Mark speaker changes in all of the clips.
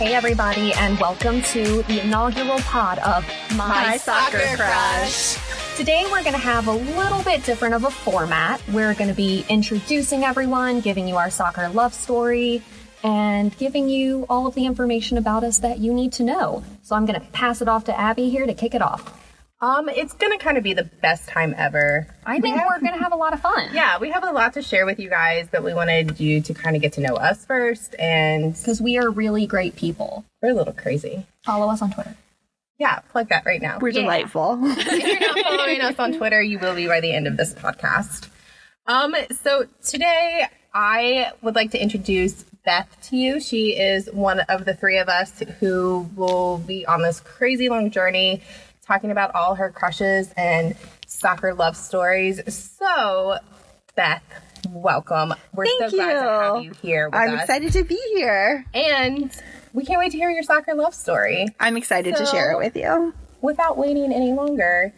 Speaker 1: Hey everybody, and welcome to the inaugural pod of My, Soccer Crush. Today we're going to have a little bit different of a format. We're going to be introducing everyone, giving you our soccer love story, and giving you all of the information about us that you need to know. So I'm going to pass it off to Abby here to kick it off.
Speaker 2: Um, it's gonna kind of be the best time ever.
Speaker 1: I think
Speaker 2: Yeah.
Speaker 1: we're going to have a lot of fun.
Speaker 2: Yeah, we have a lot to share with you guys, but we wanted you to kind of get to know us first, and
Speaker 1: Because we are really great people.
Speaker 2: we're a little crazy.
Speaker 1: Follow us on Twitter.
Speaker 2: Yeah, plug that right now.
Speaker 3: We're delightful.
Speaker 2: if you're not following us on Twitter, you will be by the end of this podcast. Um, so today I would like to introduce Beth to you. She is one of the three of us who will be on this crazy long journey talking about all her crushes and soccer love stories. So, Beth, welcome. We're
Speaker 3: Thank
Speaker 2: so glad to have
Speaker 3: you.
Speaker 2: you here with
Speaker 3: I'm
Speaker 2: us.
Speaker 3: excited to be here.
Speaker 2: And we can't wait to hear your soccer love story.
Speaker 3: I'm excited to share it with you.
Speaker 2: Without waiting any longer,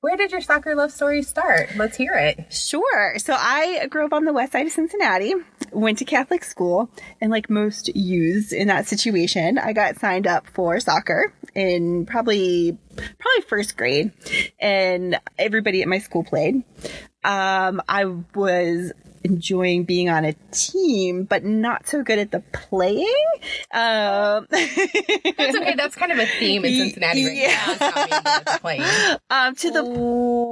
Speaker 2: where did your soccer love story start? Let's hear it.
Speaker 3: Sure. So I grew up on the west side of Cincinnati, went to Catholic school, and like most youths in that situation, I got signed up for soccer in probably probably first grade, and everybody at my school played. Um, I was enjoying being on a team, but not so good at the playing. Um,
Speaker 2: That's okay. That's kind of a theme in Cincinnati right
Speaker 3: Yeah.
Speaker 2: now. is how many minutes of playing.
Speaker 3: um, to the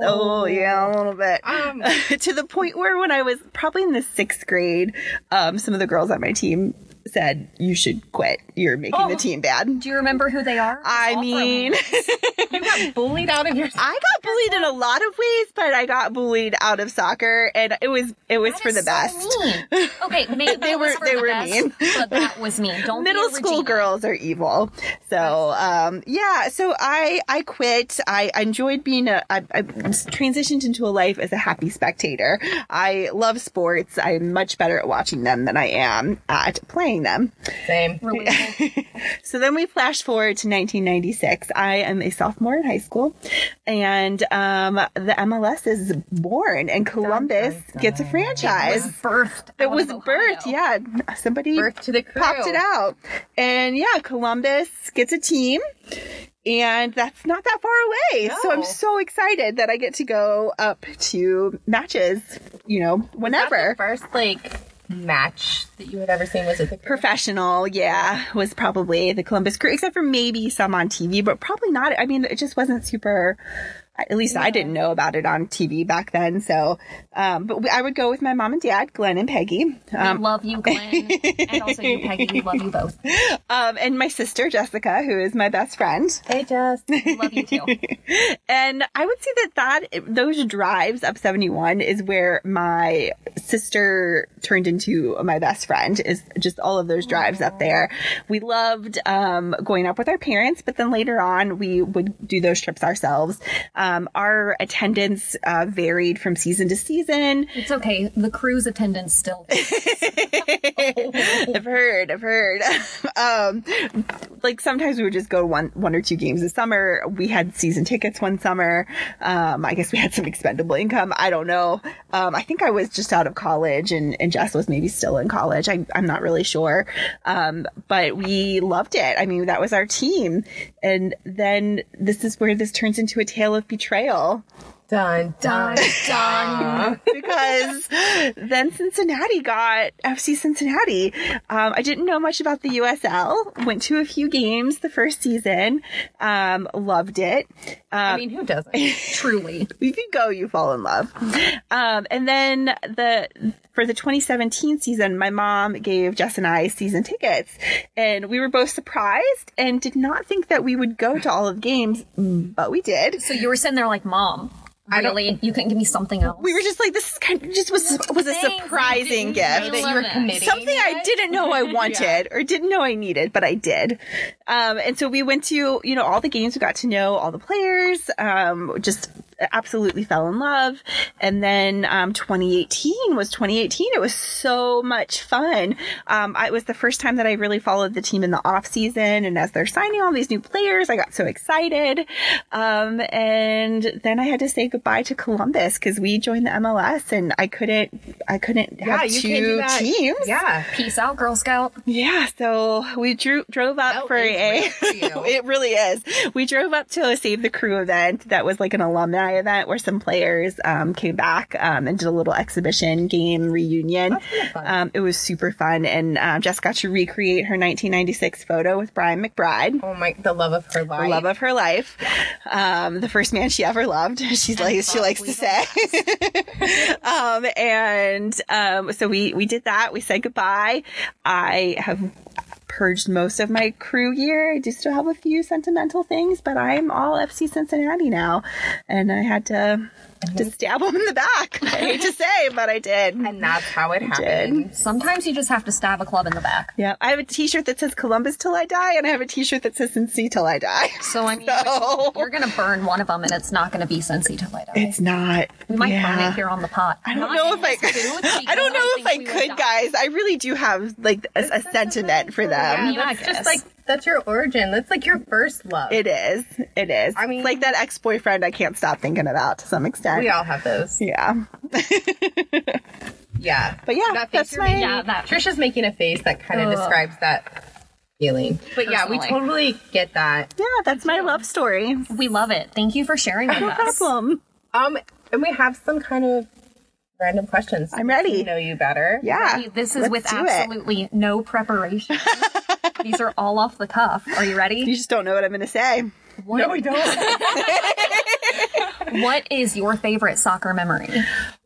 Speaker 3: Oh yeah, a little bit.
Speaker 2: Um.
Speaker 3: to the point where when I was probably in the sixth grade, um, some of the girls on my team said, "You should quit. You're making
Speaker 1: Oh.
Speaker 3: the team bad."
Speaker 1: Do you remember who they are?
Speaker 3: I mean,
Speaker 2: You got bullied out of your.
Speaker 3: I got bullied in a lot of ways, but I got bullied out of soccer, and it was it was for the best.
Speaker 1: mean. Okay, maybe they were
Speaker 3: they
Speaker 1: the
Speaker 3: were
Speaker 1: best,
Speaker 3: mean.
Speaker 1: but that was mean. Don't
Speaker 3: middle
Speaker 1: be a
Speaker 3: school
Speaker 1: Regina.
Speaker 3: girls are evil so um yeah so i i quit i, I enjoyed being a I, I transitioned into a life as a happy spectator i love sports i'm much better at watching them than i am at playing them
Speaker 2: Same.
Speaker 1: Relatable.
Speaker 3: so then we flash forward to 1996. I am a sophomore in high school, and um, the MLS is born, and Columbus gets a franchise.
Speaker 1: birthed.
Speaker 3: It
Speaker 1: out
Speaker 3: was
Speaker 1: of Ohio.
Speaker 3: birth, yeah. Somebody
Speaker 2: Birth to the crew.
Speaker 3: popped it out. And yeah, Columbus gets a team. And that's not that far away. So I'm
Speaker 2: No.
Speaker 3: so excited that I get to go up to matches, you know,
Speaker 2: That's the
Speaker 3: whenever.
Speaker 2: first like match that you had ever seen was it the crew?
Speaker 3: Professional, yeah, was probably the Columbus crew, except for maybe some on TV, but probably not. I mean, it just wasn't super. At least I didn't know about it on TV back then. So, um, but we, I would go with my mom and dad, Glenn and Peggy.
Speaker 1: We love you, Glenn, and also you, Peggy. We love you both.
Speaker 3: Um, and my sister Jessica, who is my best friend,
Speaker 2: Hey, Jess.
Speaker 1: We love you too.
Speaker 3: and I would say that that those drives up seventy one is where my sister turned into my best friend. Is just all of those drives up there. We loved um, going up with our parents, but then later on we would do those trips ourselves. Um, our attendance uh, varied from season to season.
Speaker 1: It's okay. The cruise attendants still.
Speaker 3: I've heard, I've heard. um, like sometimes we would just go one, one or two games a summer. We had season tickets one summer. Um, I guess we had some expendable income. I don't know. Um, I think I was just out of college and, and Jess was maybe still in college. I, I'm not really sure. Um, but we loved it. I mean, that was our team. And then this is where this turns into a tale of betrayal
Speaker 2: Done.
Speaker 1: Dun dun.
Speaker 3: because then Cincinnati got FC Cincinnati. Um, I didn't know much about the USL. Went to a few games the first season. Um, loved it.
Speaker 2: I mean, who doesn't?
Speaker 1: Truly.
Speaker 3: If you go, you fall in love. Um, and then the for the 2017 season, my mom gave Jess and I season tickets, and we were both surprised and did not think that we would go to all of the games, but we did.
Speaker 1: So you were sitting there like, Mom, really? You couldn't give me something else?
Speaker 3: We were just like, this is kind of just was was a
Speaker 1: Thanks, you didn't
Speaker 3: surprising gift.
Speaker 1: know
Speaker 2: That you were
Speaker 1: Love it.
Speaker 2: committing.
Speaker 3: something I didn't know I wanted or didn't know I needed, but I did. Um, and so we went to you know all the games. We got to know all the players. Um, just absolutely fell in love. And then um, 2018 was 2018. It was so much fun. Um, I- it was the first time that I really followed the team in the off season, and as they're signing all these new players, I got so excited. Um, and then I had to say goodbye to Columbus because we joined the MLS, and I couldn't, I couldn't have
Speaker 2: you can't do
Speaker 3: two
Speaker 2: that.
Speaker 3: teams.
Speaker 2: Yeah.
Speaker 1: Peace out, Girl Scout.
Speaker 3: Yeah, so we drew, drove up
Speaker 2: That
Speaker 3: for
Speaker 2: is
Speaker 3: a.
Speaker 2: real for you.
Speaker 3: it really is. We drove up to a Save the Crew event that was like an alumni event where some players um, came back um, and did a little exhibition game reunion. Um, it was super fun, and um, Jess got to recreate her 1996 photo with Brian McBride.
Speaker 2: Oh my, the love of her life.
Speaker 3: The love of her life, um, the first man she ever loved. She's like she likes to say. um, and um, so we we did that. We said goodbye. I have purged most of my crew gear. I do still have a few sentimental things, but I'm all FC Cincinnati now, and I had to to stab them in the back. I hate to say, but I did.
Speaker 2: and that's how it happened.
Speaker 1: Sometimes you just have to stab a club in the back.
Speaker 3: Yeah, I have a T-shirt that says Columbus till I die, and I have a T-shirt that says Cincy till I die.
Speaker 1: So I mean,
Speaker 3: So-
Speaker 1: you're gonna burn one of them, and it's not gonna be Cincy till I die.
Speaker 3: It's not.
Speaker 1: We might burn
Speaker 3: yeah.
Speaker 1: it here on the pot.
Speaker 3: I don't know if I could. I don't know if I could, guys. I really do have like a, a sentiment for
Speaker 2: Yeah,
Speaker 1: I
Speaker 3: them.
Speaker 1: mean, I
Speaker 2: that's just
Speaker 1: guess.
Speaker 2: like, that's your origin. That's like your first love.
Speaker 3: It is. It is.
Speaker 2: I mean-
Speaker 3: It's like that ex-boyfriend. I can't stop thinking about to some extent.
Speaker 2: we all have those.
Speaker 3: Yeah.
Speaker 2: Yeah.
Speaker 3: But yeah,
Speaker 2: that face
Speaker 3: that's
Speaker 2: you're
Speaker 3: my.
Speaker 2: making-
Speaker 1: Yeah, that-
Speaker 2: Trisha's making a face that kind of
Speaker 1: Ugh.
Speaker 2: describes that feeling. But yeah, we
Speaker 1: Personally.
Speaker 2: totally get that.
Speaker 3: Yeah, that's my love story. No
Speaker 1: We love it. Thank you for sharing with us.
Speaker 3: problem.
Speaker 2: Um, and we have some kind of random questions.
Speaker 3: I'm ready.
Speaker 2: To know you better.
Speaker 3: Yeah.
Speaker 1: This is
Speaker 3: Let's
Speaker 1: with
Speaker 3: do it.
Speaker 1: absolutely no preparation. These are all off the cuff. Are you
Speaker 3: You
Speaker 1: ready?
Speaker 3: just don't know what I'm going to say.
Speaker 1: What,
Speaker 2: No, we don't.
Speaker 1: what is your favorite soccer memory?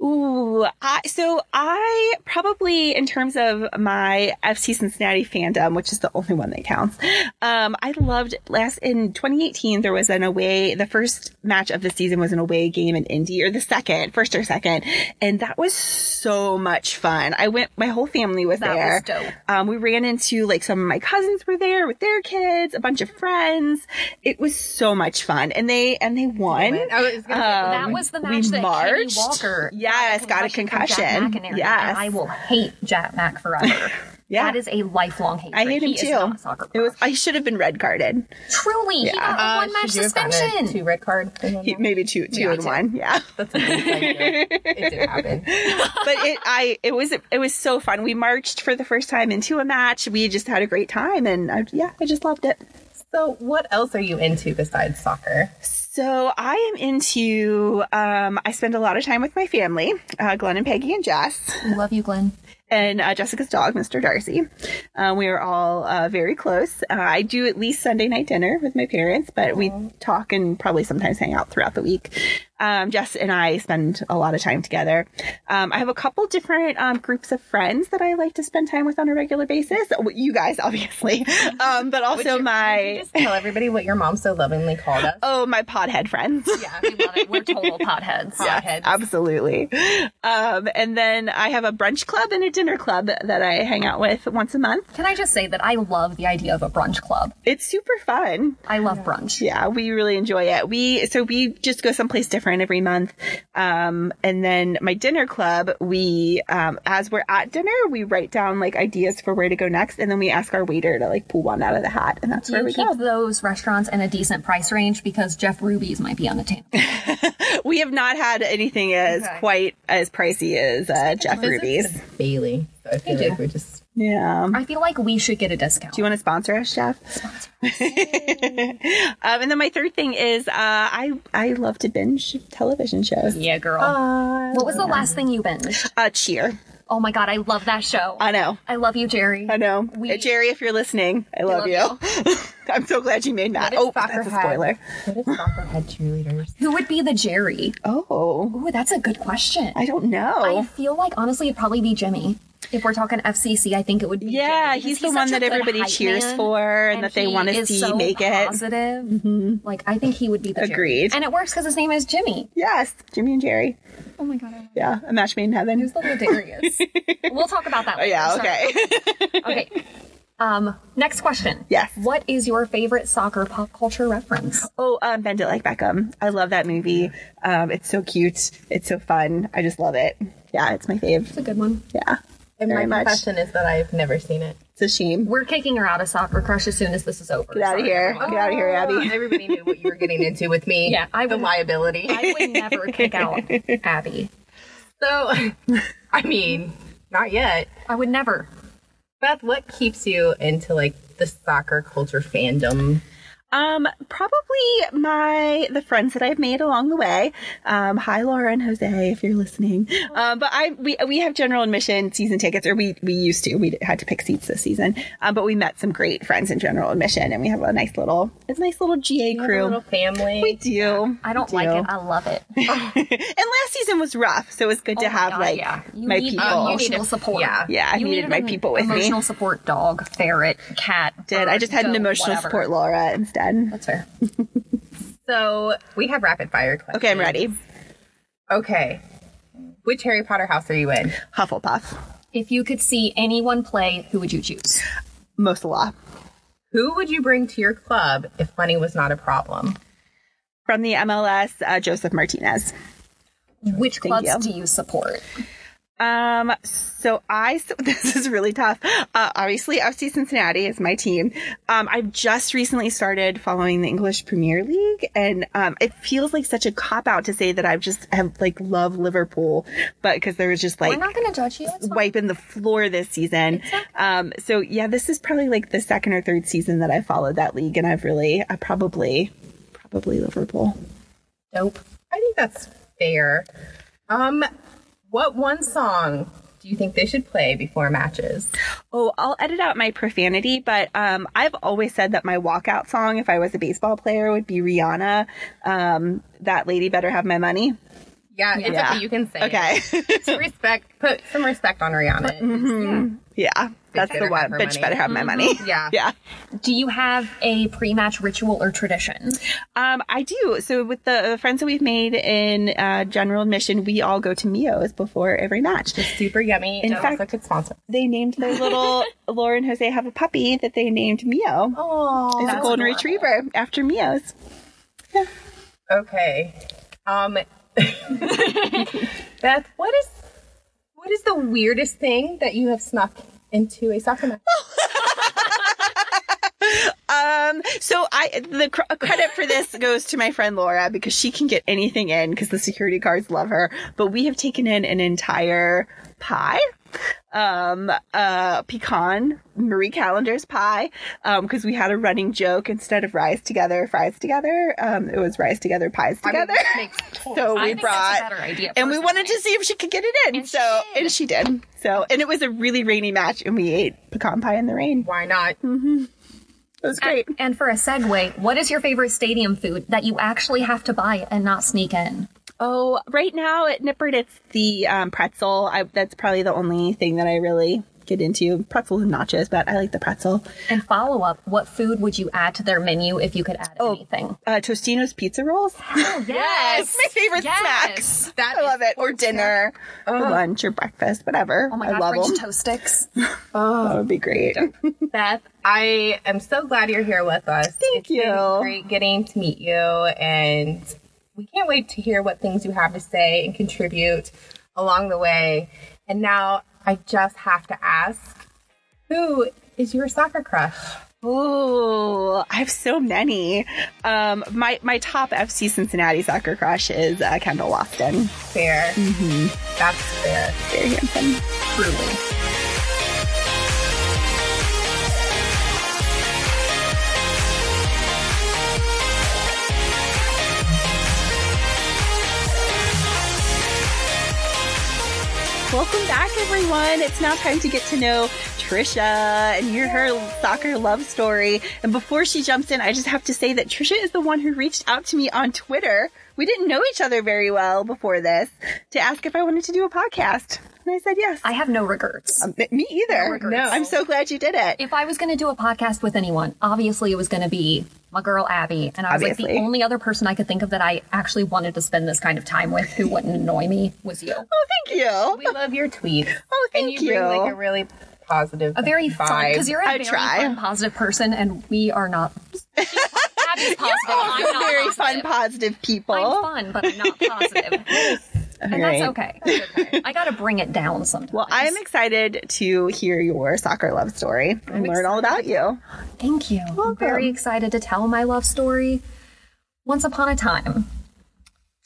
Speaker 3: Ooh, I, so I probably, in terms of my FC Cincinnati fandom, which is the only one that counts, um, I loved last in 2018. There was an away. The first match of the season was an away game in Indy, or the second, first or second, and that was so much fun. I went. My whole family was
Speaker 1: That
Speaker 3: there.
Speaker 1: was dope.
Speaker 3: Um, we ran into like some of my cousins were there with their kids, a bunch of friends. It was so much fun, and they and they won.
Speaker 2: I was gonna say,
Speaker 3: Um,
Speaker 1: That was the
Speaker 3: we
Speaker 1: match that Kenny
Speaker 3: marched.
Speaker 1: Walker
Speaker 3: Yes, got a
Speaker 1: From
Speaker 3: concussion.
Speaker 1: Jack McInerney,
Speaker 3: Yes.
Speaker 1: and I will hate Jack Mac forever.
Speaker 3: Yeah.
Speaker 1: That is a lifelong hatred.
Speaker 3: I hate him
Speaker 1: He is
Speaker 3: too.
Speaker 1: not a soccer
Speaker 3: it was.
Speaker 1: player.
Speaker 3: I should have been red carded.
Speaker 1: truly he got a
Speaker 2: uh,
Speaker 1: one match
Speaker 2: should you have gotten a
Speaker 1: suspension.
Speaker 2: Two red card. and one
Speaker 3: He-
Speaker 2: more?
Speaker 3: Maybe two, two
Speaker 2: Yeah,
Speaker 3: and
Speaker 2: two.
Speaker 3: one. Yeah,
Speaker 2: That's what it was like, yeah. It did happen.
Speaker 3: but it. I. It was. It was so fun. We marched for the first time into a match. We just had a great time, and I, yeah, I just loved it.
Speaker 2: So, what else are you into besides soccer?
Speaker 3: So I am into. Um, I spend a lot of time with my family, uh, Glenn and Peggy and Jess,
Speaker 1: We love you, Glenn.
Speaker 3: and uh, Jessica's dog, Mr. Darcy. Uh, we are all uh, very close. Uh, I do at least Sunday night dinner with my parents, but we talk and probably sometimes hang out throughout the week. Um, Jess and I spend a lot of time together. Um, I have a couple different um, groups of friends that I like to spend time with on a regular basis. Well, You guys, obviously, um, but also my
Speaker 2: Just tell everybody what your mom so lovingly called us.
Speaker 3: oh my podhead friends.
Speaker 1: Yeah, we love it. We're total potheads.
Speaker 2: Yeah.
Speaker 1: Potheads.
Speaker 3: Absolutely. Um, and then I have a brunch club and a dinner club that I hang out with once a month.
Speaker 1: Can I just say that I love the idea of a brunch club?
Speaker 3: It's super fun.
Speaker 1: I love brunch.
Speaker 3: Yeah, we really enjoy it. We so we just go someplace different every month. Um, and then my dinner club, we um, as we're at dinner, we write down like ideas for where to go next, and then we ask our waiter to like pull one out of the hat, and that's
Speaker 1: Do
Speaker 3: where
Speaker 1: you
Speaker 3: we
Speaker 1: keep
Speaker 3: go.
Speaker 1: those restaurants in a decent price range? Because Jeff Ruby's might be on the table.
Speaker 3: We have not had anything as
Speaker 2: Okay.
Speaker 3: quite as pricey as uh, Jeff Ruby's.
Speaker 2: Bailey. So I feel like we're just
Speaker 3: Yeah.
Speaker 1: I feel like we should get a discount.
Speaker 3: Do you want to sponsor us, Jeff? um, and then my third thing is uh, I I love to binge television shows.
Speaker 1: yeah, girl. Um,
Speaker 2: uh,
Speaker 1: what was the last thing you binged?
Speaker 3: Uh, cheer.
Speaker 1: Oh my god, I love that show.
Speaker 3: I know.
Speaker 1: I love you, Jerry.
Speaker 3: I know.
Speaker 1: We-
Speaker 3: Uh, Jerry, if you're listening, I
Speaker 1: love
Speaker 3: love, you. I'm so glad you made that.
Speaker 2: What
Speaker 3: Oh,
Speaker 2: if soccer
Speaker 3: that's a
Speaker 2: had-
Speaker 3: spoiler.
Speaker 2: What if soccer had cheerleaders?
Speaker 1: Who would be the Jerry?
Speaker 3: Oh,
Speaker 1: Ooh, that's a good question.
Speaker 3: I don't
Speaker 1: I
Speaker 3: know.
Speaker 1: feel like honestly, it'd probably be Jimmy. If we're talking FCC, I think it would be.
Speaker 3: yeah,
Speaker 1: Jimmy, because
Speaker 3: he's, the one
Speaker 1: such a
Speaker 3: that
Speaker 1: good
Speaker 3: everybody
Speaker 1: hype
Speaker 3: cheers
Speaker 1: man,
Speaker 3: for and, that they
Speaker 1: he
Speaker 3: want to
Speaker 1: is
Speaker 3: see
Speaker 1: so
Speaker 3: make it. Mm-hmm.
Speaker 1: positive. Like I think he would be the Jerry.
Speaker 3: Agreed.
Speaker 1: and it works because his name is Jimmy.
Speaker 3: Yes, Jimmy and Jerry.
Speaker 1: Oh my god, I love
Speaker 3: Yeah, a match made in heaven.
Speaker 1: Who's the Ladarius? we'll talk about that.
Speaker 3: Oh,
Speaker 1: Later.
Speaker 3: yeah,
Speaker 1: Sorry.
Speaker 3: okay.
Speaker 1: Okay. Um, next question.
Speaker 3: Yes.
Speaker 1: What is your favorite soccer pop culture reference?
Speaker 3: Oh, um, Bend It Like Beckham. I love that movie. Um, it's so cute. It's so fun. I just love it. Yeah, it's my fave.
Speaker 1: It's a good one.
Speaker 3: Yeah.
Speaker 2: And
Speaker 3: Very
Speaker 2: my
Speaker 3: much.
Speaker 2: confession is that I've never seen it.
Speaker 3: It's a shame.
Speaker 1: We're kicking her out of soccer crush as soon as this is over.
Speaker 3: Get out of
Speaker 1: Sorry,
Speaker 3: here.
Speaker 1: everyone.
Speaker 3: Get out of here, Abby.
Speaker 2: Everybody knew what you were getting into with me.
Speaker 1: Yeah, I
Speaker 2: the
Speaker 1: would-
Speaker 2: liability.
Speaker 1: I would never kick out Abby.
Speaker 2: so, I mean, not yet.
Speaker 1: I would never.
Speaker 2: Beth, what keeps you into like the soccer culture fandom?
Speaker 3: Um, probably my the friends that I've made along the way. Um, hi Laura and Jose, if you're listening. Um, but I we we have general admission season tickets, or we we used to. We had to pick seats this season. Um, but we met some great friends in general admission, and we have a nice little it's a nice little GA
Speaker 2: A
Speaker 3: crew.
Speaker 2: little family.
Speaker 3: we do.
Speaker 1: I don't
Speaker 3: We
Speaker 1: like
Speaker 3: do.
Speaker 1: it. I love it.
Speaker 3: and last season was rough, so it was good to
Speaker 1: Oh my
Speaker 3: have
Speaker 1: God,
Speaker 3: like
Speaker 1: yeah. You
Speaker 3: my
Speaker 1: need
Speaker 3: people.
Speaker 1: Emotional support.
Speaker 2: Yeah.
Speaker 3: yeah, I
Speaker 1: You
Speaker 3: needed my
Speaker 1: an
Speaker 3: people with me.
Speaker 1: Emotional support dog, ferret, cat.
Speaker 3: Did I just had an emotional support
Speaker 1: law.
Speaker 3: Laura instead?
Speaker 1: That's fair.
Speaker 2: So we have rapid fire questions.
Speaker 3: Okay, I'm ready.
Speaker 2: Okay. Which Harry Potter house are you in?
Speaker 3: Hufflepuff,
Speaker 1: If you could see anyone play, who would you choose?
Speaker 3: Mosala.
Speaker 2: Who would you bring to your club if money was not a problem?
Speaker 3: From the MLS, uh, Joseph Martinez.
Speaker 1: Which clubs
Speaker 3: you.
Speaker 1: do you support?
Speaker 3: Um, so I, so this is really tough. Uh, obviously FC Cincinnati is my team. Um, I've just recently started following the English Premier League and, um, it feels like such a cop out to say that I've just have like love Liverpool, but cause there was just
Speaker 1: We're
Speaker 3: like
Speaker 1: not going to judge you. It's fine.
Speaker 3: wiping the floor this season. Um, so yeah, this is probably like the second or third season that I followed that league and I've really, I probably, probably Liverpool.
Speaker 1: Dope.
Speaker 2: I think that's fair. Um, what one song do you think they should play before matches?
Speaker 3: Oh, I'll edit out my profanity, but um, I've always said that my walkout song, if I was a baseball player, would be Rihanna. Um, that lady better have my money.
Speaker 2: Yeah, it's
Speaker 3: Yeah.
Speaker 2: okay. You can say.
Speaker 3: Okay. Mm-hmm.
Speaker 2: It. Respect. Put some respect on Rihanna.
Speaker 3: yeah, that's
Speaker 2: better
Speaker 3: the
Speaker 2: have
Speaker 3: one.
Speaker 2: her
Speaker 3: Bitch
Speaker 2: money. Mm-hmm.
Speaker 3: better have my money.
Speaker 2: Yeah.
Speaker 3: Yeah.
Speaker 1: Do you have a pre-match ritual or tradition?
Speaker 3: Um, I do. So with the friends that we've made in uh, general admission, we all go to Mio's before every match.
Speaker 2: Super yummy.
Speaker 3: In
Speaker 2: and
Speaker 3: fact-
Speaker 2: also could sponsor.
Speaker 3: They named their little Laura and Jose have a puppy that they named Mio.
Speaker 1: Oh,
Speaker 3: it's a golden retriever after Mio's.
Speaker 2: Okay. Um, Beth, what is what is the weirdest thing that you have snuck into a soccer match?
Speaker 3: Um, so I the cr- credit for this goes to my friend Laura because she can get anything in because the security guards love her. But we have taken in an entire pie, um, uh, pecan Marie Callender's pie, um, because we had a running joke instead of rise together, fries together. Um, it was rise together, pies
Speaker 2: I mean,
Speaker 3: together.
Speaker 2: this makes total
Speaker 3: so
Speaker 2: sense.
Speaker 3: we
Speaker 1: think that's a
Speaker 3: brought
Speaker 1: better idea,
Speaker 3: and we
Speaker 1: personally.
Speaker 3: wanted to see if she could get it in.
Speaker 1: And she
Speaker 3: so
Speaker 1: did.
Speaker 3: and she did. So and it was a really rainy match, and we ate pecan pie in the rain.
Speaker 2: Why not?
Speaker 3: It was great.
Speaker 1: And for a segue, what is your favorite stadium food that you actually have to buy and not sneak in?
Speaker 3: Oh, right now at Nippert, it's the um, pretzel. I, that's probably the only thing that I really get into. Pretzel and nachos, but I like the pretzel.
Speaker 1: And follow up, what food would you add to their menu if you could add anything? Oh,
Speaker 3: Uh, Tostino's pizza rolls.
Speaker 1: Yes,
Speaker 3: my favorite
Speaker 1: yes.
Speaker 3: snacks.
Speaker 2: That
Speaker 3: I
Speaker 2: is
Speaker 3: love it. Or dinner, or lunch, or breakfast, whatever.
Speaker 1: Oh my
Speaker 3: I
Speaker 1: god,
Speaker 3: love
Speaker 1: French
Speaker 3: them.
Speaker 1: toast sticks.
Speaker 3: that would be great.
Speaker 2: Beth, I am so glad you're here with us. Thank
Speaker 3: you.
Speaker 2: great getting to meet you, and we can't wait to hear what things you have to say and contribute along the way. And now I just have to ask, who is your soccer crush?
Speaker 3: Ooh, I have so many. Um, my my top FC Cincinnati soccer crush is uh, Kendall Lofton.
Speaker 2: Fair. That's fair.
Speaker 3: Very handsome.
Speaker 1: Truly.
Speaker 3: Welcome back, everyone. It's now time to get to know Trisha and hear her soccer love story. And before she jumps in, I just have to say that Trisha is the one who reached out to me on Twitter. We didn't know each other very well before this to ask if I wanted to do a podcast. And I said yes.
Speaker 1: I have no regrets.
Speaker 3: Um, me either.
Speaker 1: regrets. No.
Speaker 3: I'm so glad you did it.
Speaker 1: if I was going to do a podcast with anyone, obviously it was going to be my girl Abby, and I was like
Speaker 3: Obviously.
Speaker 1: the only other person I could think of that I actually wanted to spend this kind of time with who wouldn't annoy me was you.
Speaker 3: Oh, thank you.
Speaker 2: We love your tweets.
Speaker 3: Oh,
Speaker 2: and
Speaker 3: thank
Speaker 2: you
Speaker 3: you.
Speaker 2: bring like a really positive.
Speaker 1: A very
Speaker 2: vibe.
Speaker 1: fun because you're a
Speaker 3: I
Speaker 1: very
Speaker 3: try.
Speaker 1: fun, positive person, and we are not. Abby's positive. I'm
Speaker 3: We're
Speaker 1: not
Speaker 3: very fun,
Speaker 1: positive.
Speaker 3: positive people.
Speaker 1: I'm fun, but I'm not positive, and that's
Speaker 3: Right.
Speaker 1: okay. I gotta bring it down sometimes.
Speaker 3: Well, I'm excited to hear your soccer love story and learn all about you.
Speaker 1: Thank you. I'm very
Speaker 3: welcome.
Speaker 1: excited to tell my love story. Once upon a time,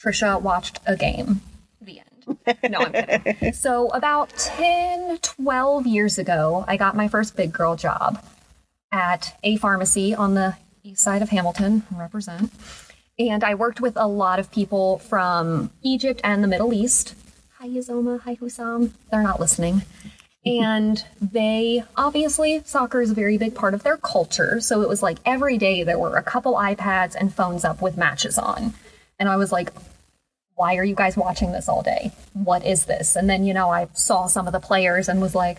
Speaker 1: Trisha watched a game. The end. No, I'm kidding. so, about 10, 12 years ago, I got my first big girl job at a pharmacy on the east side of Hamilton, represent. And I worked with a lot of people from Egypt and the Middle East. Hi, Yazoma. Hi, Hussam. They're not listening and they obviously soccer is a very big part of their culture so it was like every day there were a couple ipads and phones up with matches on and i was like why are you guys watching this all day what is this and then you know i saw some of the players and was like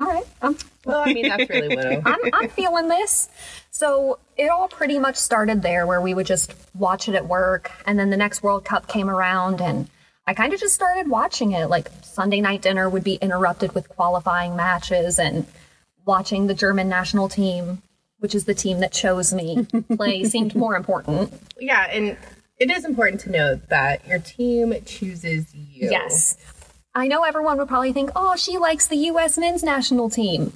Speaker 1: all right i'm
Speaker 2: Well, I mean, that's really widow.
Speaker 1: I'm, I'm feeling this. So it all pretty much started there where we would just watch it at work. And then the next World Cup came around and I kind of just started watching it. Like Sunday night dinner would be interrupted with qualifying matches and watching the German national team, which is the team that chose me, play seemed more important.
Speaker 2: yeah, and it is important to note that your team chooses you.
Speaker 1: Yes. I know everyone would probably think, oh, she likes the U.S. men's national team.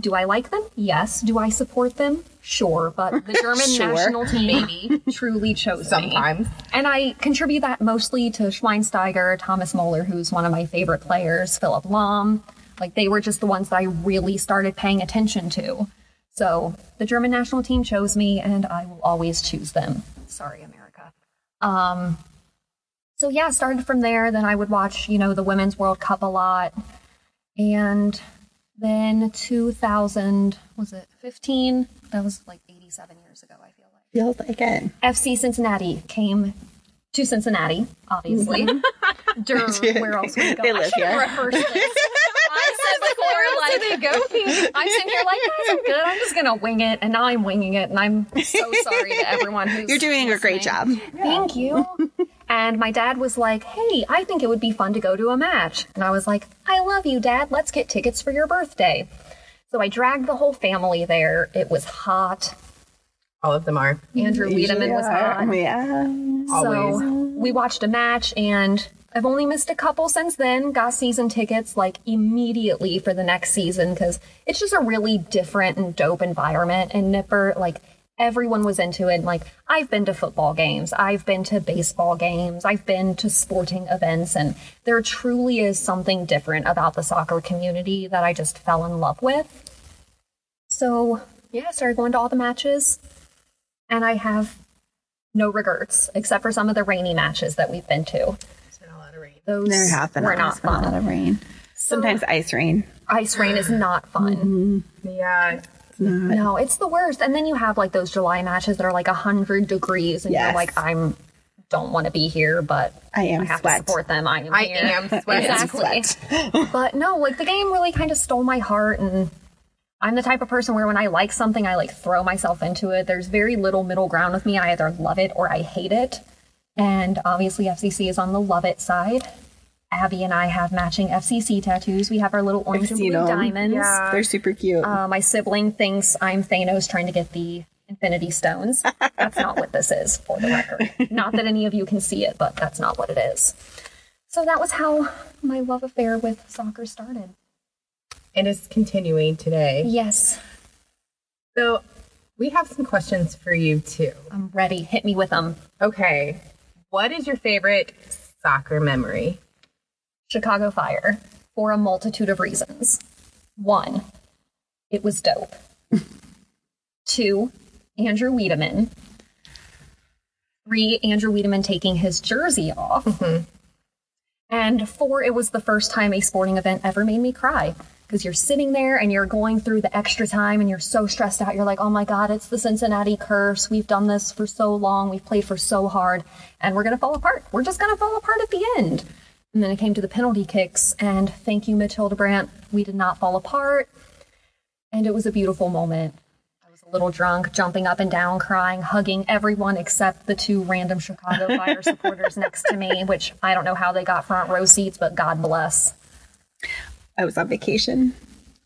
Speaker 1: Do I like them? Yes. Do I support them? Sure. But the German
Speaker 3: Sure.
Speaker 1: national team maybe truly chose me.
Speaker 2: Sometimes.
Speaker 1: And I contribute that mostly to Schweinsteiger, Thomas Muller, who's one of my favorite players, Philip Lahm. Like they were just the ones that I really started paying attention to. So the German national team chose me, and I will always choose them. Sorry, America. Um, so yeah, started from there. Then I would watch, you know, the Women's World Cup a lot, and then 2000 was it 15? That was like 87 years ago. I feel like.
Speaker 3: Feels like it.
Speaker 1: FC Cincinnati came to Cincinnati, obviously. Dur- where else would we go?
Speaker 3: Mm-hmm. They
Speaker 1: I
Speaker 3: live
Speaker 1: should've
Speaker 3: here.
Speaker 1: rehearsed this. I said before, like, I'm sitting here like, guys, I'm good. I'm just going to wing it. And now I'm winging it. And I'm so sorry to everyone who's.
Speaker 3: You're doing a great
Speaker 1: listening.
Speaker 3: job.
Speaker 1: Thank you. And my dad was like, hey, I think it would be fun to go to a match. And I was like, I love you, dad. Let's get tickets for your birthday. So I dragged the whole family there. It was hot.
Speaker 2: All of them are.
Speaker 1: Andrew Wiedemann was hot.
Speaker 3: Oh, Yeah.
Speaker 1: So we watched a match, and I've only missed a couple since then. Got season tickets like immediately for the next season because it's just a really different and dope environment. And Nipper, like everyone was into it. And, like I've been to football games, I've been to baseball games, I've been to sporting events, and there truly is something different about the soccer community that I just fell in love with. So yeah, started going to all the matches, and I have no regrets except for some of the rainy matches that we've been to.
Speaker 2: It's been a lot of rain.
Speaker 1: Those
Speaker 3: There have been
Speaker 1: were
Speaker 3: a-
Speaker 1: not
Speaker 3: a lot
Speaker 1: fun.
Speaker 3: of rain. Sometimes ice rain.
Speaker 1: Ice rain is not fun.
Speaker 3: Mm-hmm.
Speaker 2: Yeah.
Speaker 1: No, it's the worst. And then you have like those July matches that are like hundred degrees, and
Speaker 3: Yes.
Speaker 1: you're like, I'm don't want to be here, but
Speaker 3: I am
Speaker 1: I have
Speaker 3: sweat.
Speaker 1: to support them. I am.
Speaker 2: I
Speaker 1: here.
Speaker 2: am sweating.
Speaker 1: exactly. but no, like the game really kind of stole my heart and. I'm the type of person where when I like something, I like throw myself into it. There's very little middle ground with me. I either love it or I hate it. And obviously, FCC is on the love it side. Abby and I have matching FCC tattoos. We have our little orange and
Speaker 3: seen
Speaker 1: blue
Speaker 3: them.
Speaker 1: diamonds.
Speaker 3: They're super cute.
Speaker 1: Uh, my sibling thinks I'm Thanos trying to get the Infinity Stones. That's not what this is, for the record. Not that any of you can see it, but that's not what it is. So that was how my love affair with soccer started.
Speaker 2: And it's continuing today.
Speaker 1: Yes,
Speaker 2: So we have some questions for you too.
Speaker 1: I'm ready. Hit me with them.
Speaker 2: Okay. What is your favorite soccer memory?
Speaker 1: Chicago Fire for a multitude of reasons. One, it was dope. Two, Andrew Wiedemann. Three, Andrew Wiedemann taking his jersey off. And four, it was the first time a sporting event ever made me cry. Because you're sitting there and you're going through the extra time and you're so stressed out. You're like, oh my God, it's the Cincinnati curse. We've done this for so long. We've played for so hard. And we're going to fall apart. We're just going to fall apart at the end. And then it came to the penalty kicks. And thank you, Matilda Brandt. We did not fall apart. And it was a beautiful moment. I was a little drunk, jumping up and down, crying, hugging everyone except the two random Chicago Fire supporters next to me, which I don't know how they got front row seats, but God bless.
Speaker 3: I was on vacation.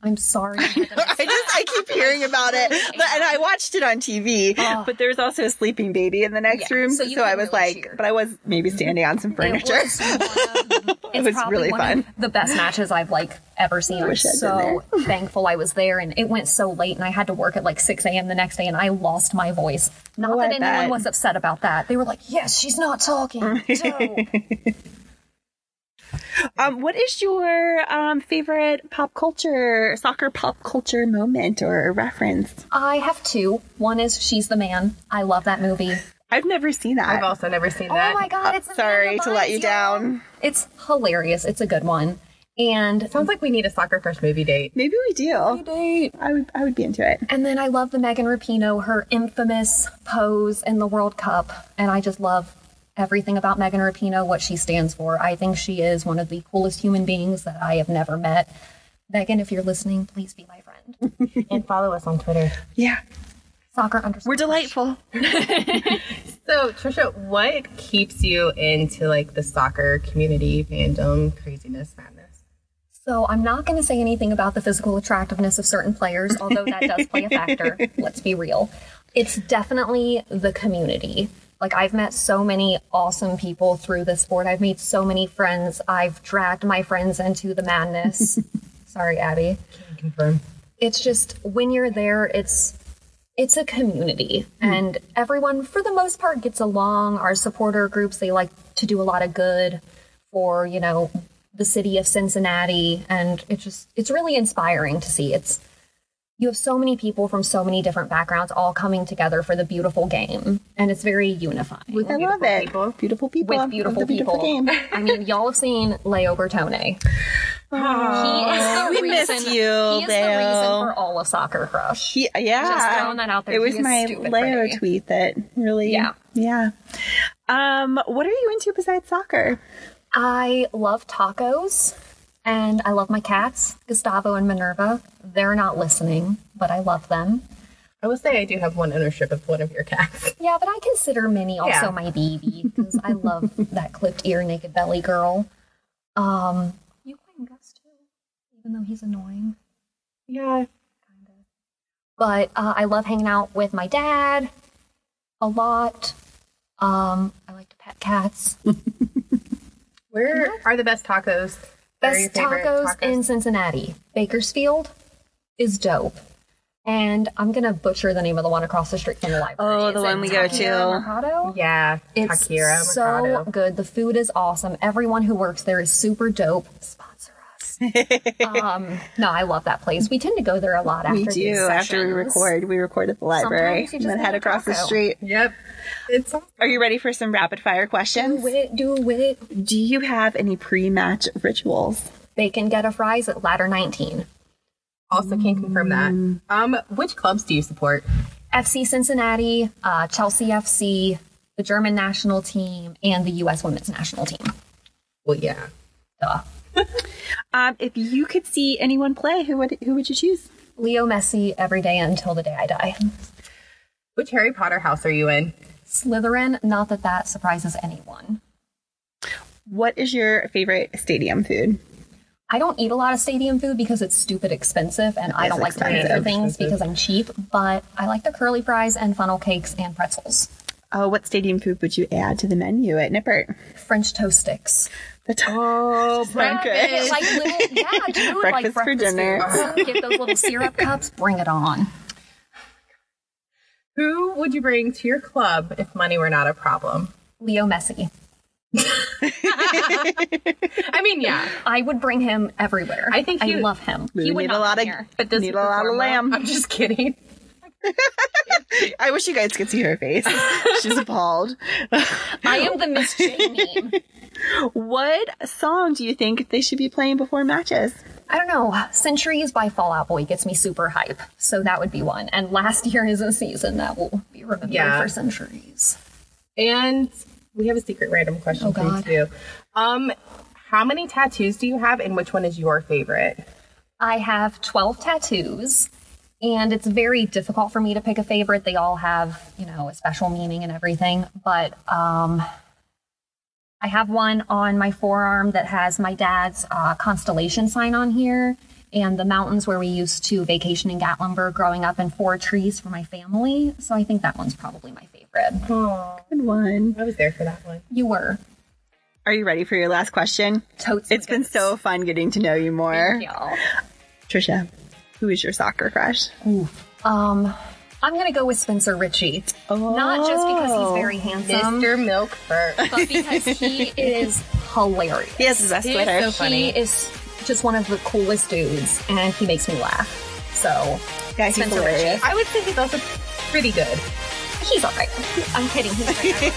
Speaker 1: I'm sorry. I had to miss
Speaker 3: I just I keep hearing about it, but and I watched it on TV.
Speaker 1: Oh.
Speaker 3: But there's also a sleeping baby in the next
Speaker 2: Yeah,
Speaker 3: room,
Speaker 1: so
Speaker 3: so,
Speaker 1: you
Speaker 3: I
Speaker 1: can really
Speaker 3: was like,
Speaker 1: cheer. Mm-hmm.
Speaker 3: but I was maybe standing on some furniture.
Speaker 1: It was, one of- it's
Speaker 3: was
Speaker 1: probably
Speaker 3: really
Speaker 1: one
Speaker 3: fun.
Speaker 1: Of the best matches I've like ever seen. I'm
Speaker 3: wish I'd been
Speaker 1: so thankful I was there, and it went so late, and I had to work at like 6 a.m. the next day, and I lost my voice. Not
Speaker 3: Oh,
Speaker 1: that
Speaker 3: I
Speaker 1: anyone
Speaker 3: bet.
Speaker 1: was upset about that. They were like, "Yes, she's not talking." No.
Speaker 3: um, what is your um, favorite pop culture soccer pop culture moment or reference?
Speaker 1: I have two. One is "She's the Man." I love that movie.
Speaker 3: I've never seen that.
Speaker 2: I've also never seen
Speaker 1: Oh
Speaker 2: that.
Speaker 1: my god! It's
Speaker 3: Uh, Sorry to let you
Speaker 1: Vibes, y'all.
Speaker 3: down.
Speaker 1: It's hilarious. It's a good one, and
Speaker 2: Sounds like we need a soccer crush movie date.
Speaker 3: Maybe we do. I would I would be into it.
Speaker 1: And then I love the Megan Rapinoe, her infamous pose in the World Cup. And I just love everything about Megan Rapinoe, what she stands for. I think she is one of the coolest human beings that I have never met. Megan, if you're listening, please be my friend.
Speaker 2: And follow us on Twitter.
Speaker 3: Yeah,
Speaker 1: Soccer underscore.
Speaker 3: we're delightful.
Speaker 2: So, Trisha, what keeps you into like the soccer community fandom craziness madness?
Speaker 1: So I'm not going to say anything about the physical attractiveness of certain players, although that does play a factor. Let's be real. It's definitely the community. Like I've met so many awesome people through this sport. I've made so many friends. I've dragged my friends into the madness. Sorry, Abby
Speaker 2: Confirm.
Speaker 1: it's just when you're there it's it's a community
Speaker 3: Hmm.
Speaker 1: and everyone for the most part gets along our supporter groups they like to do a lot of good for you know the city of cincinnati and it's just it's really inspiring to see it's you have so many people from so many different backgrounds all coming together for the beautiful game and it's very unifying with,
Speaker 3: I love
Speaker 2: Beautiful
Speaker 3: it.
Speaker 2: people.
Speaker 3: Beautiful people. of the
Speaker 1: beautiful people
Speaker 3: game.
Speaker 1: i mean y'all have seen leo bertone he is the
Speaker 3: we miss
Speaker 1: reason,
Speaker 3: you,
Speaker 1: he is the
Speaker 3: Leo.
Speaker 1: reason for all of soccer crush
Speaker 3: He, yeah.
Speaker 1: Just throwing that out there.
Speaker 3: It
Speaker 1: He
Speaker 3: was
Speaker 1: is
Speaker 3: my
Speaker 1: stupid
Speaker 3: Leo
Speaker 1: pretty.
Speaker 3: tweet that really.
Speaker 1: Yeah.
Speaker 3: Yeah. Um, what are you into besides soccer?
Speaker 1: I love tacos and I love my cats, Gustavo and Minerva. They're not listening, but I love them.
Speaker 2: I will say I do have one ownership of one of your cats.
Speaker 1: Yeah, but I consider Minnie also
Speaker 2: Yeah.
Speaker 1: my baby because I love that clipped ear, naked belly girl. Um, you claim Gus too, even though he's annoying.
Speaker 2: Yeah.
Speaker 1: But uh, I love hanging out with my dad a lot. Um, I like to pet cats.
Speaker 2: Where are the best tacos? What are your
Speaker 1: Best
Speaker 2: favorite
Speaker 1: tacos, in Cincinnati. Bakersfield is dope. And I'm gonna butcher the name of the one across the street from the library.
Speaker 3: Oh,
Speaker 1: Is
Speaker 3: the
Speaker 1: it
Speaker 3: one we go
Speaker 1: Taquero
Speaker 3: to.
Speaker 1: Mercado?
Speaker 2: Yeah,
Speaker 1: It's
Speaker 2: Takira
Speaker 1: so
Speaker 2: Mercado.
Speaker 1: good. The food is awesome. Everyone who works there is super dope. Sponsor us. um, no, I love that place. We tend to go there a lot after
Speaker 3: we
Speaker 1: these
Speaker 3: do after we
Speaker 1: sessions.
Speaker 3: record. We record at the library
Speaker 1: Sometimes you
Speaker 3: and
Speaker 1: just
Speaker 3: then
Speaker 1: need
Speaker 3: head
Speaker 1: a
Speaker 3: across the
Speaker 1: taco.
Speaker 3: street.
Speaker 2: Yep. It's
Speaker 3: Are you ready for some rapid fire questions?
Speaker 1: Do it, do it.
Speaker 3: Oh, Do you have any pre-match rituals?
Speaker 1: They can get a fries at Ladder 19.
Speaker 2: also can confirm that.
Speaker 1: Mm.
Speaker 2: Um, which clubs do you support?
Speaker 1: FC Cincinnati, uh, Chelsea FC, the German national team, and the U.S. women's national team.
Speaker 2: Well, yeah.
Speaker 1: Duh.
Speaker 3: Um, if you could see anyone play, who would who would you choose?
Speaker 1: Leo Messi every day until the day I die.
Speaker 2: Which Harry Potter house are you in?
Speaker 1: Slytherin, not that that surprises anyone.
Speaker 3: What is your favorite stadium food?
Speaker 1: I don't eat a lot of stadium food because it's stupid expensive and I
Speaker 3: is
Speaker 1: don't like to pay for
Speaker 3: expensive.
Speaker 1: things because I'm cheap, but I like the curly fries and funnel cakes and pretzels.
Speaker 3: Uh, what stadium food would you add to the menu at Nippert?
Speaker 1: French toast sticks.
Speaker 3: The t-
Speaker 2: Oh,
Speaker 3: Breakfast.
Speaker 1: Like little, yeah, dude,
Speaker 3: Breakfast
Speaker 1: like
Speaker 3: for
Speaker 1: breakfast
Speaker 3: dinner.
Speaker 1: foods. Get those little syrup cups, bring it on.
Speaker 2: Who would you bring to your club if money were not a problem?
Speaker 1: Leo Messi.
Speaker 2: I mean, yeah.
Speaker 1: I would bring him everywhere.
Speaker 2: I think
Speaker 1: I
Speaker 2: you-
Speaker 1: love him.
Speaker 3: We
Speaker 1: he would
Speaker 3: need
Speaker 1: not
Speaker 3: a lot
Speaker 1: be
Speaker 3: of
Speaker 1: here.
Speaker 2: But does he
Speaker 3: need a lot of
Speaker 2: perform well?
Speaker 3: lamb.
Speaker 2: I'm just kidding.
Speaker 3: I wish you guys could see her face. She's appalled.
Speaker 1: I am the Miss J meme.
Speaker 3: What song do you think they should be playing before matches?
Speaker 1: I don't know. Centuries by Fallout Boy gets me super hype. So that would be one. And last year is a season that will be remembered
Speaker 2: Yeah.
Speaker 1: for centuries.
Speaker 2: And we have a secret random question
Speaker 1: Oh,
Speaker 2: for you
Speaker 1: God.
Speaker 2: too. Um, how many tattoos do you have, and which one is your favorite?
Speaker 1: I have 12 tattoos, and it's very difficult for me to pick a favorite. They all have, you know, a special meaning and everything. But um, I have one on my forearm that has my dad's uh, constellation sign on here. and the mountains where we used to vacation in Gatlinburg growing up and four trees for my family. So I think that one's probably my favorite.
Speaker 2: Oh,
Speaker 3: Good one.
Speaker 2: I was there for that one.
Speaker 1: You were
Speaker 3: Are you ready for your last question?
Speaker 1: totes.
Speaker 3: It's been so fun getting to know you more.
Speaker 1: Thank y'all.
Speaker 3: Trisha, who is your soccer crush?
Speaker 1: Um, I'm gonna go with Spencer Ritchie.
Speaker 3: Oh.
Speaker 1: Not just because he's very handsome,
Speaker 2: Mr. Milk first.
Speaker 1: but because he is hilarious.
Speaker 3: He has his best
Speaker 2: He is
Speaker 3: Twitter.
Speaker 2: so funny.
Speaker 1: He is just one of the coolest dudes, and he makes me laugh. So
Speaker 3: yeah, he's
Speaker 1: Spencer Ritchie.
Speaker 3: hilarious.
Speaker 2: I would say he's also pretty good.
Speaker 1: he's alright. I'm kidding. He's alright.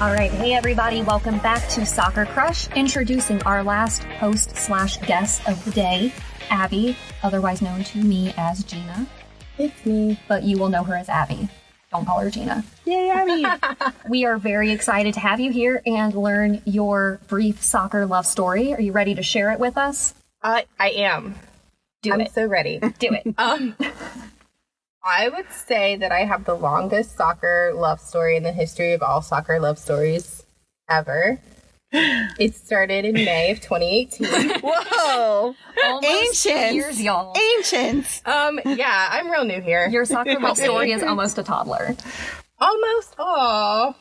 Speaker 1: All right, hey everybody, welcome back to Soccer Crush, introducing our last host slash guest of the day, Abby, otherwise known to me as Gina. It's me. But you will know her as Abby. Don't call her Gina.
Speaker 3: Yay, Abby.
Speaker 1: We are very excited to have you here and learn your brief soccer love story. Are you ready to share it with us?
Speaker 2: I I am.
Speaker 1: Do
Speaker 2: I'm
Speaker 1: it.
Speaker 2: so ready.
Speaker 1: Do it.
Speaker 2: Um, I would say that I have the longest soccer love story in the history of all soccer love stories ever. It started in May of 2018.
Speaker 3: Whoa.
Speaker 1: Almost two
Speaker 3: Ancient.
Speaker 1: years, y'all.
Speaker 3: Ancient.
Speaker 2: Um, yeah, I'm real new here.
Speaker 1: Your soccer love story is almost a toddler.
Speaker 2: Almost. Aw.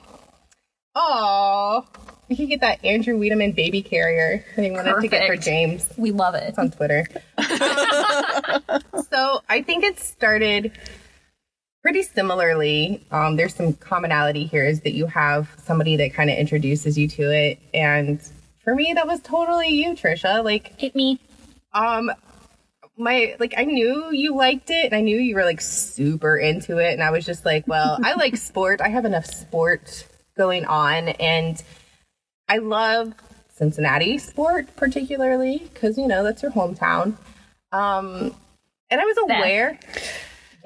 Speaker 2: Aw. You can get that Andrew Wiedemann baby carrier that he wanted to get for
Speaker 1: Perfect.
Speaker 2: James.
Speaker 1: We love it.
Speaker 2: on Twitter. so I think it started pretty similarly. Um, there's some commonality here is that you have somebody that kind of introduces you to it. And for me, that was totally you, Trisha. Like,
Speaker 1: Hit me.
Speaker 2: um, my like I knew you liked it and I knew you were like super into it and I was just like, well, I like sport. I have enough sport going on and I love Cincinnati sport particularly cuz you know, that's your hometown. Um and I was aware.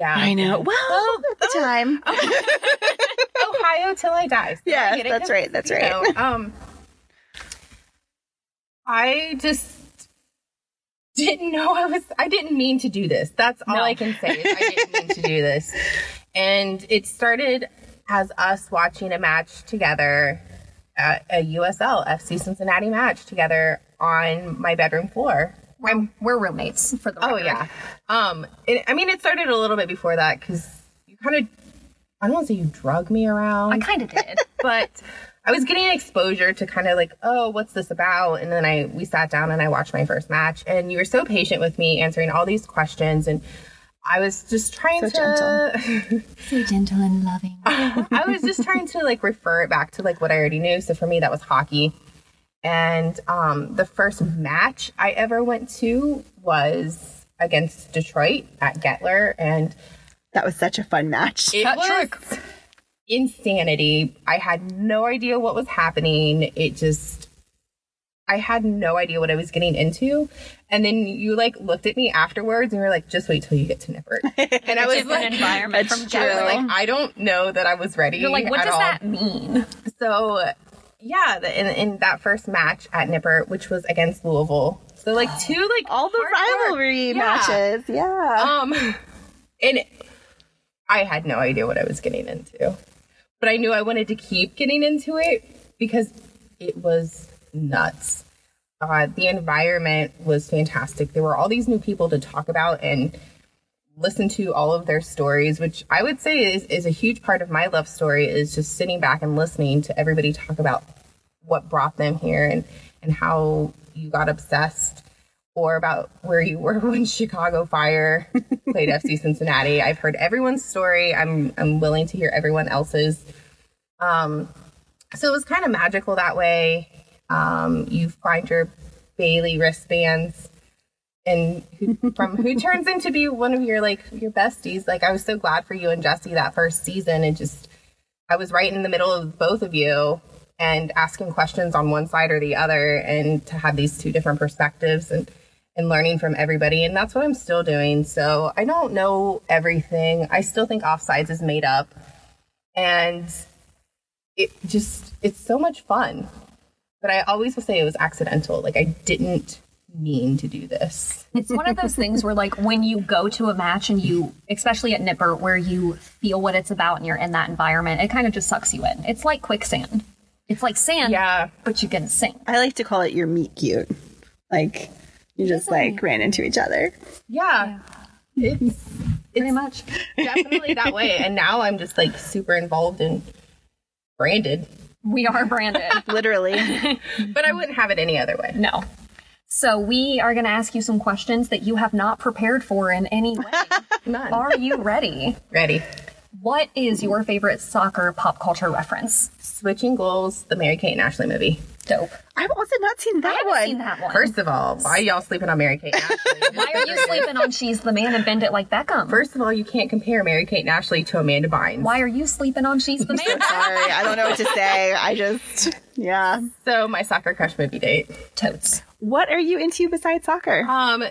Speaker 2: Yeah.
Speaker 3: I know. Well, Oh, at the time.
Speaker 2: Ohio till I die. So I
Speaker 3: Yes,
Speaker 2: get it.
Speaker 3: that's right, that's
Speaker 2: You
Speaker 3: right.
Speaker 2: know, um, I just didn't know I was. I didn't mean to do this. That's all I can say. Is I didn't mean to do this, and it started as us watching a match together, at a USL FC Cincinnati match together on my bedroom floor.
Speaker 1: We're, we're roommates for the
Speaker 2: Oh
Speaker 1: record.
Speaker 2: yeah. Um, it, I mean, it started a little bit before that because you kind of. I don't want to say you drug me around
Speaker 1: I kind of did.
Speaker 2: but I was getting exposure to kind of like, oh, what's this about? And then I we sat down and I watched my first match, and you were so patient with me answering all these questions, and I was just trying
Speaker 3: So
Speaker 2: to.
Speaker 1: so gentle and loving.
Speaker 2: I was just trying to like refer it back to like what I already knew. So for me, that was hockey. And um, the first match I ever went to was against Detroit at Getler, and
Speaker 3: That was such a fun match.
Speaker 2: it
Speaker 1: That
Speaker 2: was
Speaker 1: trick.
Speaker 2: insanity. I had no idea what was happening. It just I had no idea what I was getting into. And then you like looked at me afterwards and you were like, just wait till you get to Nippert. And I was
Speaker 1: Different
Speaker 2: like,
Speaker 1: environment
Speaker 3: That's
Speaker 1: from
Speaker 3: true.
Speaker 1: Jared.
Speaker 2: like, I don't know that I was ready.
Speaker 1: You're like, what
Speaker 2: at
Speaker 1: does
Speaker 2: all.
Speaker 1: that mean?
Speaker 2: So yeah, the, in, in that first match at Nippert, which was against Louisville. So like two like
Speaker 3: All the
Speaker 2: hardcore-
Speaker 3: rivalry
Speaker 2: Yeah.
Speaker 3: matches. Yeah.
Speaker 2: Um, and I had no idea what I was getting into, but I knew I wanted to keep getting into it because it was nuts. Uh, the environment was fantastic. There were all these new people to talk about and listen to all of their stories, which I would say is, is a huge part of my love story is just sitting back and listening to everybody talk about what brought them here and, and how you got obsessed or about where you were when Chicago Fire played FC Cincinnati. I've heard everyone's story. I'm I'm willing to hear everyone else's. Um, so it was kind of magical that way. Um, you find your Bailey wristbands and who, from who turns into be one of your like your besties. Like I was so glad for you and Jesse that first season and just I was right in the middle of both of you and asking questions on one side or the other and to have these two different perspectives and and learning from everybody and that's what I'm still doing. So I don't know everything. I still think offsides is made up. And it just it's so much fun. But I always will say it was accidental. Like I didn't mean to do this.
Speaker 1: It's one of those things where, like, when you go to a match and you, especially at Nipper, where you feel what it's about and you're in that environment, it kind of just sucks you in. It's like quicksand. It's like sand,
Speaker 2: Yeah.
Speaker 1: but you can sing.
Speaker 3: I like to call it your meet cute. Like you just like ran into each other.
Speaker 2: Yeah. It's
Speaker 1: Pretty much.
Speaker 2: definitely that way. And now I'm just like super involved and branded.
Speaker 1: We are branded.
Speaker 3: Literally.
Speaker 2: But I wouldn't have it any other way.
Speaker 1: no. So we are going to ask you some questions that you have not prepared for in any way.
Speaker 2: None.
Speaker 1: are you ready?
Speaker 2: Ready.
Speaker 1: What is your favorite soccer pop culture reference?
Speaker 2: Switching goals, the Mary Kate and Ashley movie.
Speaker 1: Dope.
Speaker 3: I've also not seen
Speaker 1: I
Speaker 3: that
Speaker 1: haven't
Speaker 3: one.
Speaker 1: seen that one.
Speaker 2: First of all, why are y'all sleeping on Mary Kate and Ashley?
Speaker 1: Why are you sleeping on She's the Man and Bend It Like Beckham?
Speaker 2: First of all, you can't compare Mary Kate and Ashley to Amanda Bynes.
Speaker 1: Why are you sleeping on She's the Man?
Speaker 3: Sorry, I don't know what to say. I just yeah.
Speaker 2: So my soccer crush movie date.
Speaker 1: Totes.
Speaker 3: What are you into besides soccer?
Speaker 2: Um,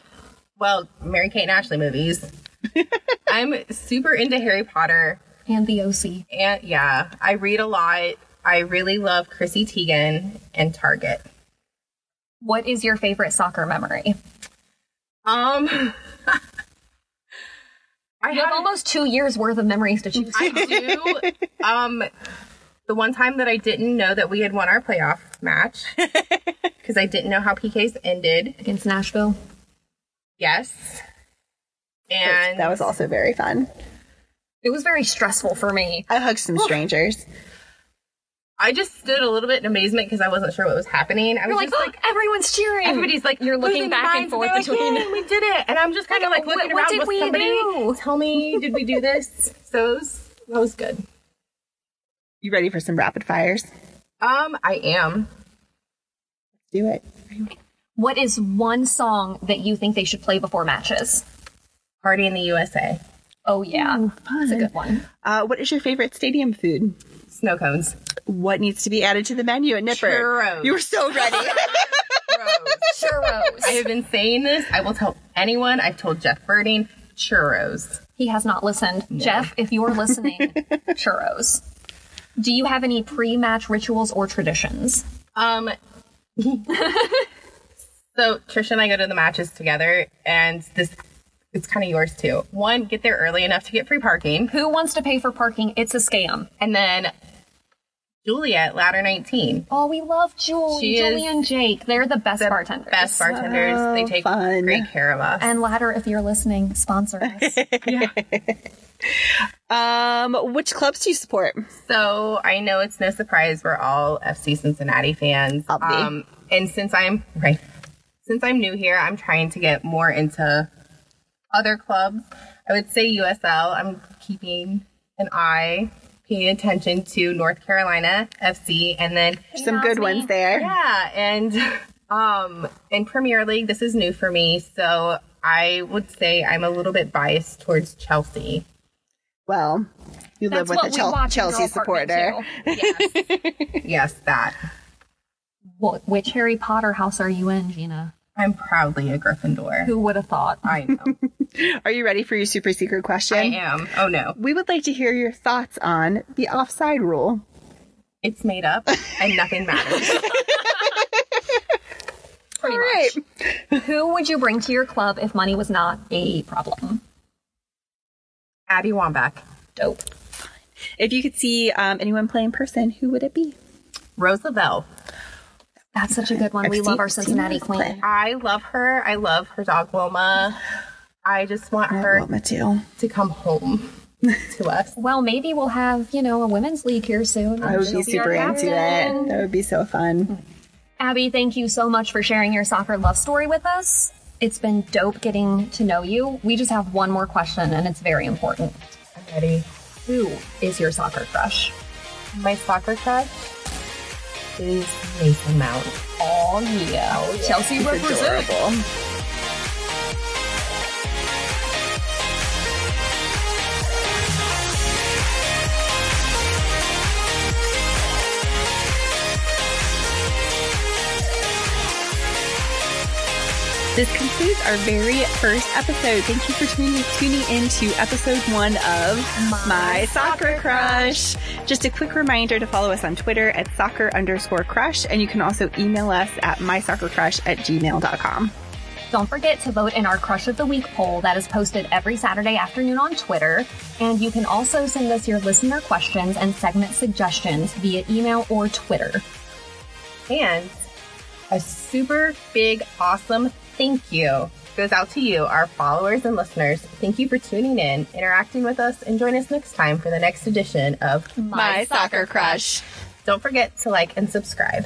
Speaker 2: well, Mary Kate and Ashley movies. I'm super into Harry Potter,
Speaker 1: And the OC.
Speaker 2: and yeah, I read a lot. I really love Chrissy Teigen and Target.
Speaker 1: What is your favorite soccer memory?
Speaker 2: Um, I
Speaker 1: You
Speaker 2: have
Speaker 1: have almost two years worth of memories to choose from.
Speaker 2: I do. Um, the one time that I didn't know that we had won our playoff match because I didn't know how PKs ended.
Speaker 1: against Nashville.
Speaker 2: Yes, and
Speaker 3: that was also very fun.
Speaker 1: It was very stressful for me.
Speaker 3: I hugged some strangers.
Speaker 2: I just stood a little bit in amazement because I wasn't sure what was happening. I was
Speaker 1: You're like,
Speaker 2: just
Speaker 1: "Oh, everyone's cheering.
Speaker 2: Everybody's like,
Speaker 1: you're looking
Speaker 2: losing
Speaker 1: back and
Speaker 2: minds,
Speaker 1: forth
Speaker 2: they're like,
Speaker 1: between.
Speaker 2: "Yay, we did it. And I'm just kind of like
Speaker 1: What-
Speaker 2: looking
Speaker 1: what
Speaker 2: around
Speaker 1: did
Speaker 2: with
Speaker 1: we
Speaker 2: somebody.
Speaker 1: do?
Speaker 2: Tell me, did we do this? So it was, that was good.
Speaker 3: You ready for some rapid fires?
Speaker 2: Um, I am.
Speaker 3: Do it.
Speaker 1: What is one song that you think they should play before matches?
Speaker 2: Party in the USA.
Speaker 1: Oh yeah, that's a good one.
Speaker 3: Uh, what is your favorite stadium food?
Speaker 2: Snow cones.
Speaker 3: What needs to be added to the menu at Nipper?
Speaker 2: Churros.
Speaker 3: You were so ready.
Speaker 2: Churros. I
Speaker 1: Churros.
Speaker 2: have been saying this. I will tell anyone. I've told Jeff Birding, churros.
Speaker 1: he has not listened. Jeff, if you're listening, churros. Do you have any pre-match rituals or traditions?
Speaker 2: Um, so Trisha and I go to the matches together, and this it's kind of yours too. One, get there early enough to get free parking,
Speaker 1: Who wants to pay for parking? It's a scam.
Speaker 2: and then Juliet, ladder nineteen.
Speaker 1: Oh, we love Julie,
Speaker 2: She
Speaker 1: Julie
Speaker 2: is
Speaker 1: and Jake. They're the best
Speaker 2: The
Speaker 1: bartenders.
Speaker 2: best bartenders. they
Speaker 3: So
Speaker 2: take
Speaker 3: fun.
Speaker 2: great care of us.
Speaker 1: And Ladder, if you're listening, sponsor us.
Speaker 3: um, which clubs do you support?
Speaker 2: So I know it's no surprise we're all FC Cincinnati fans. Um,
Speaker 3: I'll be.
Speaker 2: and since I'm right, since I'm new here, I'm trying to get more into other clubs. I would say USL. I'm keeping an eye, paying attention to North Carolina FC, and then
Speaker 3: Some good ones there.
Speaker 2: yeah, and um, in Premier League, this is new for me, so I would say I'm a little bit biased towards Chelsea.
Speaker 3: Well, you
Speaker 1: That's
Speaker 3: live
Speaker 1: what
Speaker 3: with a
Speaker 1: we
Speaker 3: Chel-
Speaker 1: watch in
Speaker 3: Chelsea
Speaker 1: Girl Apartment
Speaker 3: supporter.
Speaker 1: too.
Speaker 2: yes, that.
Speaker 1: What, which Harry Potter house are you in, Gina?
Speaker 2: I'm proudly a Gryffindor.
Speaker 1: Who would have thought?
Speaker 2: I know.
Speaker 3: Are you ready for your super secret question?
Speaker 2: I am. Oh no.
Speaker 3: We would like to hear your thoughts on the offside rule.
Speaker 2: It's made up and nothing matters.
Speaker 1: Pretty much. Who would you bring to your club if money was not a problem?
Speaker 2: Abby Wambach,
Speaker 1: Dope.
Speaker 3: If you could see um, anyone play in person, who would it be?
Speaker 2: Roosevelt.
Speaker 1: That's such a good one.
Speaker 3: I've
Speaker 1: We love
Speaker 3: seen-
Speaker 1: our Cincinnati
Speaker 3: seen her play.
Speaker 1: queen.
Speaker 2: I love her. I love her dog Wilma. I just want her
Speaker 3: too.
Speaker 2: to come home to us.
Speaker 1: Well, maybe we'll have, you know, a women's league here soon.
Speaker 3: I would be
Speaker 1: She'll our
Speaker 3: super into
Speaker 1: captain.
Speaker 3: it. That would be so fun.
Speaker 1: Abby, thank you so much for sharing your soccer love story with us. It's been dope getting to know you. We just have one more question, and it's very important.
Speaker 2: I'm ready.
Speaker 1: Who is your soccer crush?
Speaker 2: My soccer crush is Mason Mount.
Speaker 1: Oh yeah, Chelsea represent.
Speaker 3: Adorable. This concludes our very first episode. Thank you for tuning, tuning in to episode one of My, Soccer Crush. Just a quick reminder to follow us on Twitter at soccer underscore crush, and you can also email us at mysoccercrush at gmail.com.
Speaker 1: Don't forget to vote in our Crush of the Week poll that is posted every Saturday afternoon on Twitter. And you can also send us your listener questions and segment suggestions via email or Twitter.
Speaker 2: And a super big, awesome thank you goes out to you, our followers and listeners. Thank you for tuning in, interacting with us, and join us next time for the next edition of
Speaker 4: My Soccer Crush.
Speaker 2: Don't forget to like and subscribe.